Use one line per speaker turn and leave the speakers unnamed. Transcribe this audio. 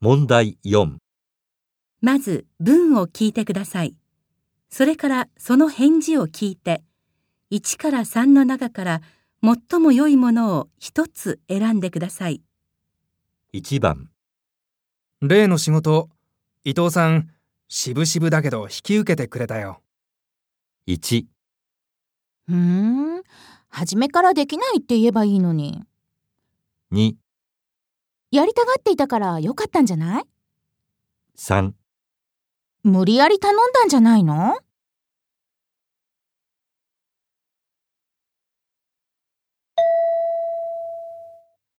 問題4、
まず文を聞いてください。それからその返事を聞いて、1から3の中から最も良いものを一つ選んでください。
1番、
例の仕事、伊藤さん、しぶしぶだけど引き受けてくれたよ。
1、
うーん初めからできないって言えばいいのに
2、
やりたがっていたからよかったんじゃない
3。
無理やり頼んだんじゃないの